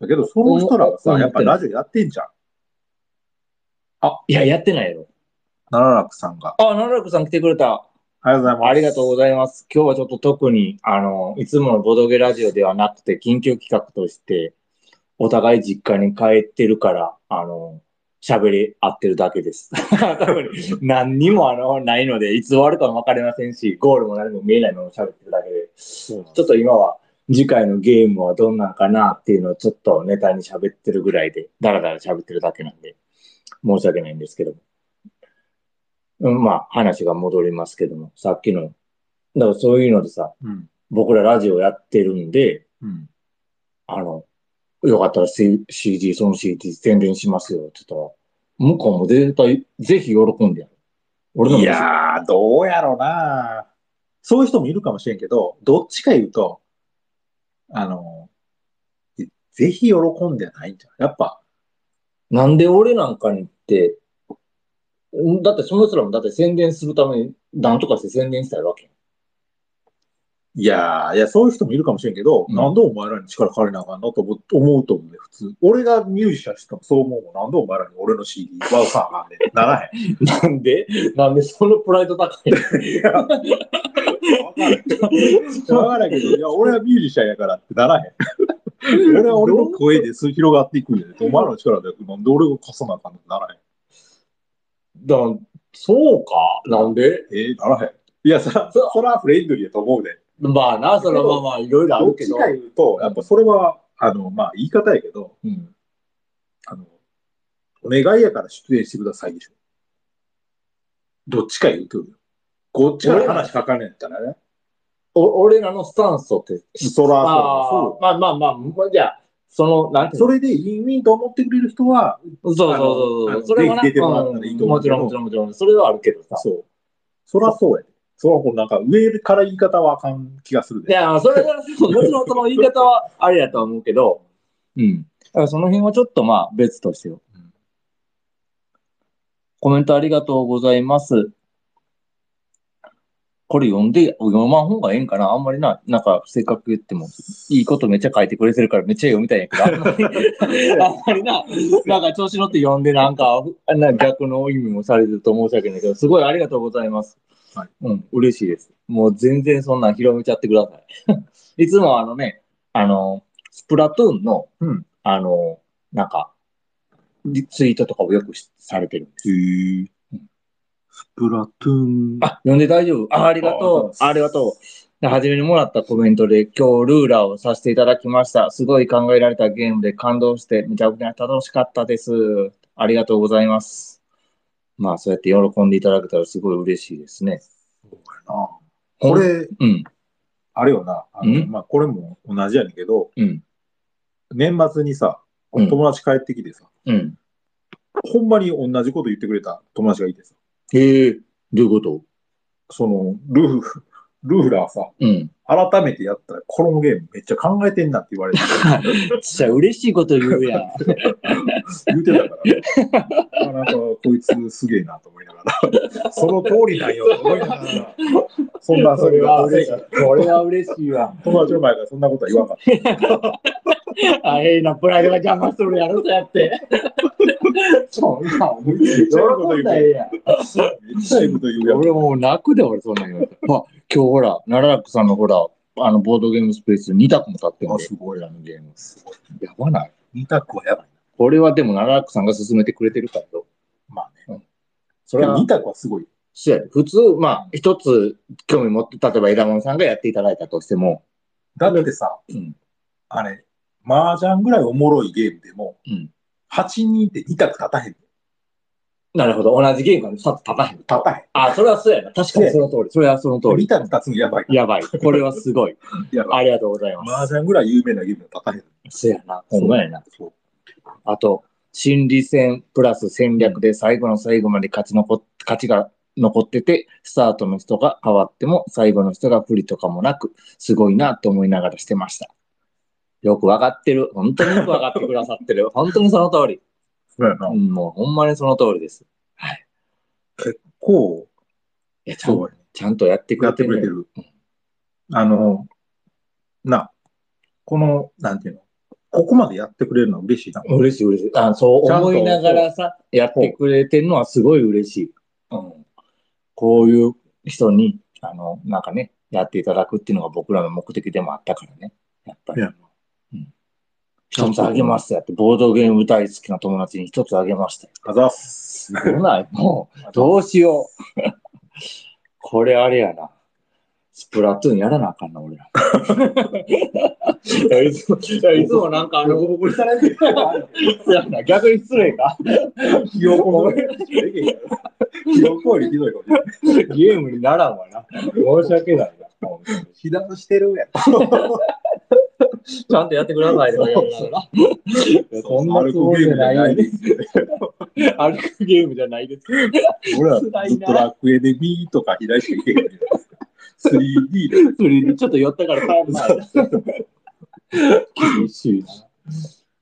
Speaker 2: だけど、その人らがさ、
Speaker 1: うん
Speaker 2: やっぱラジオやってんじゃん。
Speaker 1: いや、やってないやろ。
Speaker 2: 奈良楽さんが。
Speaker 1: あ、奈良さん来てくれた。
Speaker 2: ありがとうございます。
Speaker 1: ありがとうございます。今日はちょっと特に、あの、いつものボドゲラジオではなくて、緊急企画として、お互い実家に帰ってるから、あの、喋り合ってるだけです。 多分何にもあの、ないので、いつ終わるかもわかりませんし、ゴールも何も見えないまま喋ってるだけで、ち
Speaker 2: う
Speaker 1: ょ
Speaker 2: なんです
Speaker 1: っと今は、次回のゲームはどんなんかなっていうのをちょっとネタに喋ってるぐらいで、だらだら喋ってるだけなんで、申し訳ないんですけども。うん、まあ、話が戻りますけども、さっきの、だからそういうのでさ、
Speaker 2: うん。
Speaker 1: 僕らラジオやってるんで、
Speaker 2: うん。
Speaker 1: あの、よかったら C- CD、その CD 宣伝しますよ、って言ったら、向こうも絶対、ぜひ喜んでやる。俺のも
Speaker 2: いやー、どうやろうなそういう人もいるかもしれんけど、どっちか言うと、あの、ぜぜひ喜んでないんじゃん。やっぱ、
Speaker 1: なんで俺なんかにって、んだってその人らもだって宣伝するために、なんとかして宣伝したいわけ。
Speaker 2: いやー、いや、そういう人もいるかもしれんけど、
Speaker 1: うん
Speaker 2: なんでお前らに力借りなあかんのと思思うと思うね、普通。俺がミュージシャンしてもそう思うもん。なんでお前らに俺の CD 奪うさあかんねんってならへん。
Speaker 1: なんでなんでそのプライド高いの
Speaker 2: わからんわからん けど、いや、俺はミュージシャンやからってならへん。俺は俺の声です広がっていくんやで、お前らの力で、なんで俺が貸さなあかんのってならへん。
Speaker 1: だそうかなんで
Speaker 2: えー、ならへん。いや、そ ら、そそらフレンドリーやと思うね。
Speaker 1: まあな、それはまあいろいろあ
Speaker 2: ど
Speaker 1: る
Speaker 2: っ
Speaker 1: け
Speaker 2: ち
Speaker 1: ど。
Speaker 2: か言うと、やっぱそれは、あの、まあ、言い方やけど、
Speaker 1: うん
Speaker 2: あの、お願いやから出演してくださいでしょ。どっちか言うとるよ。こっちから話かかんねんやったらね。
Speaker 1: お俺らのスタンスとって。
Speaker 2: そら、そら、
Speaker 1: あ
Speaker 2: そ
Speaker 1: あまあまあまあ、まあ、じゃあ、その、なん
Speaker 2: う。
Speaker 1: ていう
Speaker 2: そ
Speaker 1: の
Speaker 2: れでいいウィンと思ってくれる人は、
Speaker 1: そうそうそうそ
Speaker 2: あのあ
Speaker 1: う。
Speaker 2: の
Speaker 1: それはな、
Speaker 2: ぜひ出てもらったらいいと思
Speaker 1: も
Speaker 2: う
Speaker 1: ち
Speaker 2: けど
Speaker 1: ろん、もちろん、もちろん。それはあるけどさ。
Speaker 2: そう。そらそうやで。そら、こうなんか上から言い方はあかん気がする
Speaker 1: い
Speaker 2: で。
Speaker 1: や、それは、そうもちろんその言い方はあれやとは思うけど、うん。だからその辺はちょっとまあ別としてよ。コメントありがとうございます。これ読んで、読まん方がええんかなあんまりな、なんか、せっかく言っても、いいことめっちゃ書いてくれてるから、めっちゃ読みたいんやけど、あんま りあんまりな、なんか調子乗って読んで、なんか、あんな逆の意味もされてると申し訳ないけど、すごいありがとうございます。
Speaker 2: はい
Speaker 1: うん、嬉しいです。もう全然そんなん広めちゃってください。 いつもあのね、あの、スプラトゥーンの、
Speaker 2: うん
Speaker 1: あの、なんか、リツイートとかをよくしされてるんです。
Speaker 2: へえ。スプラトゥーン。
Speaker 1: あ、読んで大丈夫あありがとう。あ
Speaker 2: あ
Speaker 1: りがとう。初めにもらったコメントで、今日ルーラーをさせていただきました。すごい考えられたゲームで感動して、めちゃくちゃ楽しかったです。ありがとうございます。まあ、そうやって喜んでいただけたらすごい嬉しいですね。
Speaker 2: あこれ、
Speaker 1: うん、
Speaker 2: あれよな。あの
Speaker 1: ん
Speaker 2: まあ、これも同じやねんけど、
Speaker 1: うん、
Speaker 2: 年末にさ、
Speaker 1: うん
Speaker 2: 友達帰ってきてさ、
Speaker 1: うん。
Speaker 2: ほんまに同じこと言ってくれた友達がいてさ、
Speaker 1: へえ、どういうこと
Speaker 2: その、ルーフ、 ルーラーさ、
Speaker 1: うん。
Speaker 2: 改めてやったら、このゲームめっちゃ考えてんなって 言われて、
Speaker 1: じゃあ嬉しいこと言う やん。
Speaker 2: 言うてたから、あなんか、こいつすげえなと思いながら、その通りなんよと思いながら、そんな、それは嬉しい。
Speaker 1: これは嬉しいわ。
Speaker 2: 友達の前からそんなことは言わんかった。
Speaker 1: あ、ええな、プライドが邪魔するやろ、そうやって。そんなん、喜ん
Speaker 2: めっちゃいいこと言う
Speaker 1: だらええやん。
Speaker 2: めっちゃいいこと言うやん。
Speaker 1: 俺もう泣くで、俺、そんなん言われたら。まあ、今日ほら、奈良楽さんのほら、あの、ボードゲームスペース2択も立ってま
Speaker 2: あ
Speaker 1: す
Speaker 2: す。
Speaker 1: 俺らのゲーム。やばない。
Speaker 2: 二択はやばい。
Speaker 1: これはでも奈良楽さんが勧めてくれてるからよ。
Speaker 2: まあね。
Speaker 1: そ
Speaker 2: それ
Speaker 1: れ
Speaker 2: は
Speaker 1: は
Speaker 2: 二、択はすごい。
Speaker 1: そうやで普通、まあ、一つ興味持って、例えば枝物さんがやっていただいたとしても、
Speaker 2: だってさ、
Speaker 1: うん、
Speaker 2: あれ、麻雀ぐらいおもろいゲームでも、
Speaker 1: うん。
Speaker 2: 8人って二択立たへん。立
Speaker 1: なるほど、同じゲームが2つ立たへん。
Speaker 2: たへん。
Speaker 1: あ、それはそうやな。確かにその通り。それはその通り
Speaker 2: 二。択立つのやばい。
Speaker 1: やばい。これはすごい。
Speaker 2: やばい。
Speaker 1: ありがとうございます。
Speaker 2: 麻雀ぐらい有名なゲームで立たへん。
Speaker 1: そうやな。ほんまやな。
Speaker 2: そう。
Speaker 1: あと、心理戦プラス戦略で最後の最後まで勝ち残っ、勝ちが残ってて、スタートの人が変わっても、最後の人が不利とかもなく、すごいなと思いながらしてました。よくわかってる。本当によくわかってくださってる。本当にその通り。
Speaker 2: そうやな。
Speaker 1: うん、もうほんまにその通りです。はい。
Speaker 2: こう、
Speaker 1: いやちゃん
Speaker 2: そう
Speaker 1: ちゃんとやってく
Speaker 2: や
Speaker 1: れ
Speaker 2: って
Speaker 1: て
Speaker 2: く
Speaker 1: る
Speaker 2: れて
Speaker 1: ね。
Speaker 2: る。あの、な、この、なんていうの、ここまでやってくれるのは嬉しいな。
Speaker 1: 嬉しい嬉しい。あそう
Speaker 2: ちゃんと
Speaker 1: 思いながらさ、やってくれてるのはすごい嬉しい。うん。こういう人に、あの、なんかね、やっていただくっていうのが僕らの目的でもあったからね。やっぱり。
Speaker 2: いや
Speaker 1: うん。一つあげますやって、ボードゲーム大好きな友達に一つあげましたよ。
Speaker 2: あざっす。
Speaker 1: ど ない、もう、どうしよう。 これあれやな。スプラトゥーンやらなあかんな、 俺ら。いやいつも、いやいつもなんかあの、
Speaker 2: ボコにされてる。
Speaker 1: そうやな逆に失礼か。
Speaker 2: ひよこのひよこよりひどいこと。
Speaker 1: ゲームにならんわな。申し訳ないな。
Speaker 2: 被弾してるやん。
Speaker 1: ちゃんとやってくださいとか言われながら。そんなつもりじゃないよね。歩くゲームじゃないです。
Speaker 2: 俺らずっと楽エで B とか左しか行けへんけど。3D で。
Speaker 1: それにちょっと寄ったから帰んない。厳しい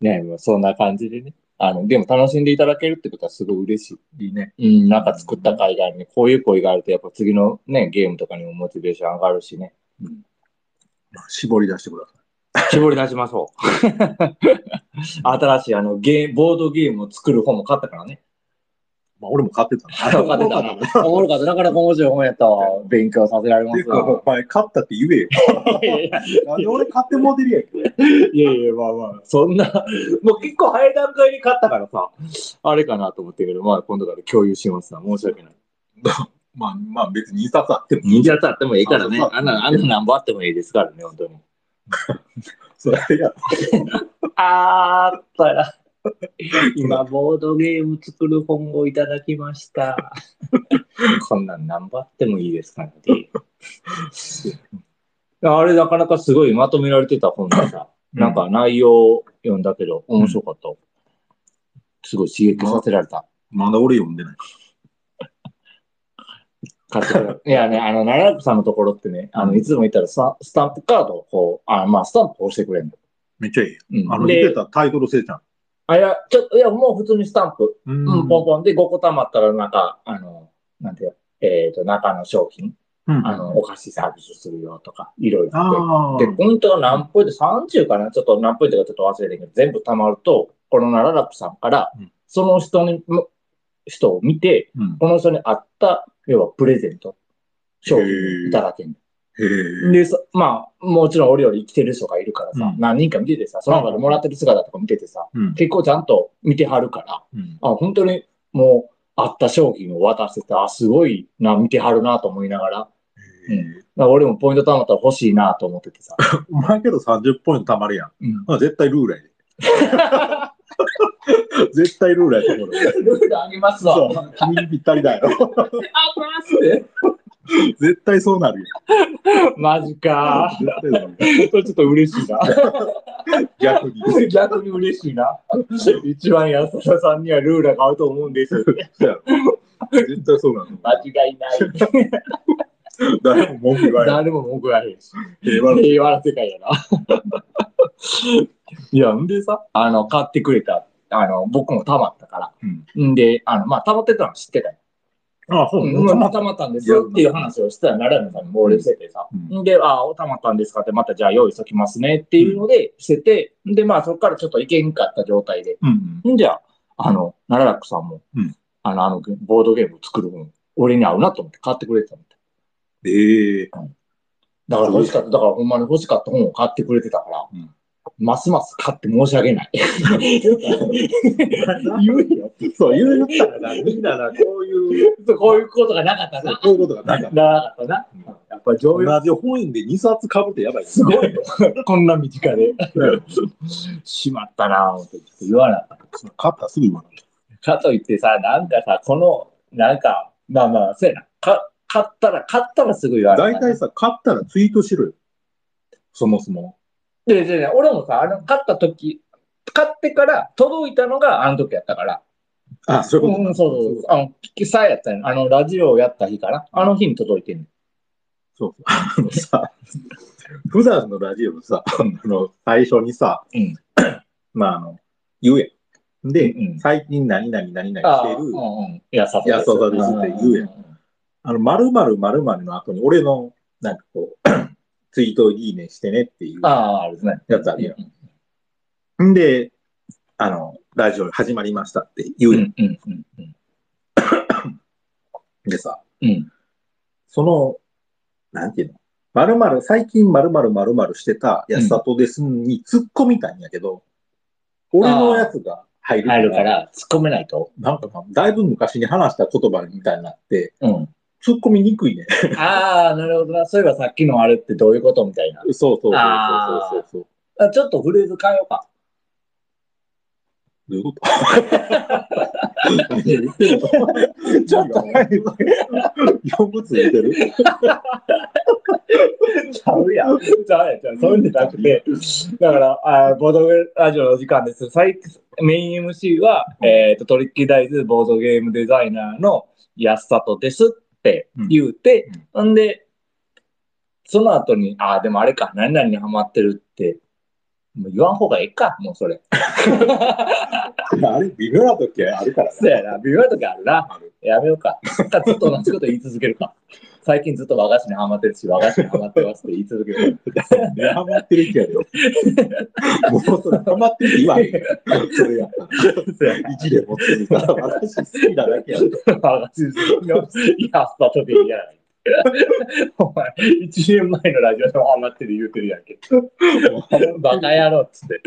Speaker 1: な。ねもうそんな感じでね。あの、でも楽しんでいただけるってことはすごい嬉しい。
Speaker 2: いいね。
Speaker 1: うん、なんか作った回があるね。こういう声があると、やっぱ次のね、ゲームとかにもモチベーション上がるしね。
Speaker 2: 絞り出してくださ
Speaker 1: 絞り出しましょ う。新しいあのゲーボードゲームを作る本も買ったからね。
Speaker 2: い。まあ、俺も買ってたな。
Speaker 1: 買ってた な。おもろかった。なかなか面白い本やったわ。 勉強させられ
Speaker 2: っ
Speaker 1: ま
Speaker 2: てい
Speaker 1: す
Speaker 2: うか、
Speaker 1: わ。
Speaker 2: お前、買ったって言えよ。
Speaker 1: いやいや
Speaker 2: なんで俺買ってモデルやんけ。
Speaker 1: いやいや、まあまあ、そんな、もう結構早い段階に買ったからさ、あれかなと思ってるけど、まあ今度から共有しますな。申し訳ない。
Speaker 2: まあ、まあ、別に2冊あってもいい
Speaker 1: 2
Speaker 2: じゃん。
Speaker 1: 冊あってもいいからね。
Speaker 2: そうそう
Speaker 1: あんな、あんな何本あってもいいですからね、本当に。
Speaker 2: それや
Speaker 1: あー ったら、今、ボードゲーム作る本をいただきました。 こんなん何張ってもいいですからね。 あれ、なかなかすごいまとめられてた本でさ、なんか内容を読んだけど、面白かった。すごい刺激させられた。
Speaker 2: まだ俺読んでない。
Speaker 1: 買って くれいやね、あの、奈良さんのところってね、あの、いつも行ったらさスタンプカードをこう、あまあ、スタンプを押してくれるの。
Speaker 2: めっちゃいい。
Speaker 1: うん
Speaker 2: あの、
Speaker 1: で
Speaker 2: 言ってたタイトルせいちゃん。
Speaker 1: あ、いや、ちょっと、いや、もう普通にスタンプ。
Speaker 2: う
Speaker 1: うん、ポンポンで5個貯まったら、なんか、あの、なんていうのえっ、と、中の商品、
Speaker 2: うん
Speaker 1: あの、お菓子サービスするよとか、いろいろあ
Speaker 2: あ
Speaker 1: って。で、ポイントが何ポイント ?30 かなちょっと何ポイントかちょっと忘れてるけど、全部貯まると、このナララップさんから
Speaker 2: うん、
Speaker 1: その人に、む人を見て、
Speaker 2: うん
Speaker 1: この人に合った、要はプレゼント、商品をいただけん
Speaker 2: へ
Speaker 1: の。
Speaker 2: え。
Speaker 1: で、そまあ、もちろん俺より生きてる人がいるからさ、
Speaker 2: うん
Speaker 1: 何人か見ててさ、その中でもらってる姿とか見ててさ、
Speaker 2: うん
Speaker 1: 結構ちゃんと見てはるから、
Speaker 2: うん
Speaker 1: あ、本当にもう、あった商品を渡してた、あ、すごいな、見てはるなと思いながら、だか
Speaker 2: へえ
Speaker 1: ら俺もポイント貯まったら欲しいなと思っててさ。
Speaker 2: お前けど30ポイント貯まるやん。
Speaker 1: うん、
Speaker 2: まあ、絶対ル ーラーやで。絶対ルーラーやと思うよ。
Speaker 1: ルールあげますわ。
Speaker 2: そう、君にぴったりだ
Speaker 1: あ、
Speaker 2: よ。
Speaker 1: マジで
Speaker 2: 絶対そうなるよ。
Speaker 1: マジか。
Speaker 2: 絶対そうなるよ
Speaker 1: それちょっと嬉しいな。
Speaker 2: 逆に。
Speaker 1: 逆に嬉しいな。一番安田さんにはルーラが合うと思うんです。
Speaker 2: そうやろ絶対そうなの。
Speaker 1: 間違い ない。
Speaker 2: 誰も文句言わない。
Speaker 1: 誰も文句言わへんし。
Speaker 2: 平和だ
Speaker 1: 平和な世界やな。 いや、んでさ、あの、買ってくれた、あの、僕も溜まったから。んで、あの、まあ、溜まってたの知ってたよ。
Speaker 2: あ、そう
Speaker 1: うん、溜まったんですよっていう話をしたら、奈良野さんに猛烈しててさ。
Speaker 2: うん
Speaker 1: んで、ああ、溜まったんですかって、またじゃあ用意しときますねっていうので、してて、んで、まあ、そこからちょっといけんかった状態で。
Speaker 2: うん。
Speaker 1: んじゃあ、あの、奈良楽さんも、
Speaker 2: うん
Speaker 1: あの、あの、ボードゲーム作る分、俺に合うなと思って買ってくれてたの。
Speaker 2: ええ。
Speaker 1: だから欲しかった、だからほんまに欲しかった本を買ってくれてたから、
Speaker 2: うん
Speaker 1: ますます買って申し訳 ない。言うよ。
Speaker 2: そう、言うたらな、みんなな、こういう、
Speaker 1: こういうことがなかったな。
Speaker 2: こういうことがなかった。
Speaker 1: なかったな。やっぱ上
Speaker 2: 同
Speaker 1: 位
Speaker 2: じ本院で2冊かぶってやばい。
Speaker 1: すごいよ。こんな身近で
Speaker 2: う。
Speaker 1: しまったなぁ、思ってちょっと言わなかっ
Speaker 2: 買ったらすぐ言わない。
Speaker 1: た。かといってさ、なんかさ、この、なんか、まあまあ、そうやな。か買ったら、買ったらすぐ言わな
Speaker 2: 大体さ、買ったらツイートしろよ。そもそも。
Speaker 1: で、で、で俺もさ、あの、買った時、買ってから届いたのがあの時やったから。
Speaker 2: あ、そういうこと
Speaker 1: うん、そうそうそう。あの、きさやったんやあの、ラジオをやった日かな。あの日に届いてんの。
Speaker 2: そうそう。あのさ、普段のラジオのさ、あの、最初にさ、
Speaker 1: うん
Speaker 2: まあ、あの、言うやん。で、
Speaker 1: うんうん
Speaker 2: 最近何々何々
Speaker 1: あ
Speaker 2: して
Speaker 1: あ、
Speaker 2: る、あ
Speaker 1: うんうん。いや、さ
Speaker 2: いやささですって言うやんの、〇〇〇〇の後に俺の、なんかこう、 ツイートをいいねしてねっていう
Speaker 1: あ。あ、あれですね。
Speaker 2: やつあるや
Speaker 1: ん。うん
Speaker 2: んで、あの、ラジオ始まりましたって言う
Speaker 1: う
Speaker 2: やん。
Speaker 1: んうんうんうん。
Speaker 2: でさ、
Speaker 1: うん。
Speaker 2: その、なんていうの〇〇、最近〇〇〇〇してた安里ですに突っ込みたいんやけど、俺のやつが入る
Speaker 1: 入るから、突っ込めないと。
Speaker 2: なんかな、だいぶ昔に話した言葉みたいになって、
Speaker 1: うん。
Speaker 2: 突っ込みにくいね。
Speaker 1: ああ、なるほどな。そういえばさっきのあれってどういうことみたいな。
Speaker 2: そうそうそう
Speaker 1: あー
Speaker 2: そうそうそう。
Speaker 1: あちょっとフレーズ変えようか。
Speaker 2: どういうこと 言ってるのちょっと待って、 読むついてる
Speaker 1: ちゃうやん。ちゃうやん、ちゃう。そういうんじゃなくて。だから、あーボードゲームラジオの時間です。最メイン MC は、えっ、と、トリッキーダイズボードゲームデザイナーの安里ですって言うて、ん、で、その後に、ああ、でもあれか、何々にハマってるって、もう言わん方がええか、もうそれ。
Speaker 2: あれ、微妙な時あるから
Speaker 1: そうやな、微妙な時あるな。
Speaker 2: ある
Speaker 1: やめようか。ずっと同じこと言い続けるか。最近ずっと和菓子にハマってるし、和菓子にハマってますって言い続ける。
Speaker 2: ねハマってる気やでよ。もうそれハマってる気言わへんよ。それやったら。一年も続いたら私好きなだけやで。
Speaker 1: 私のやったとでやない。お前、1年前のラジオでもハマってる言うてるやんけ。バカ野郎っつって。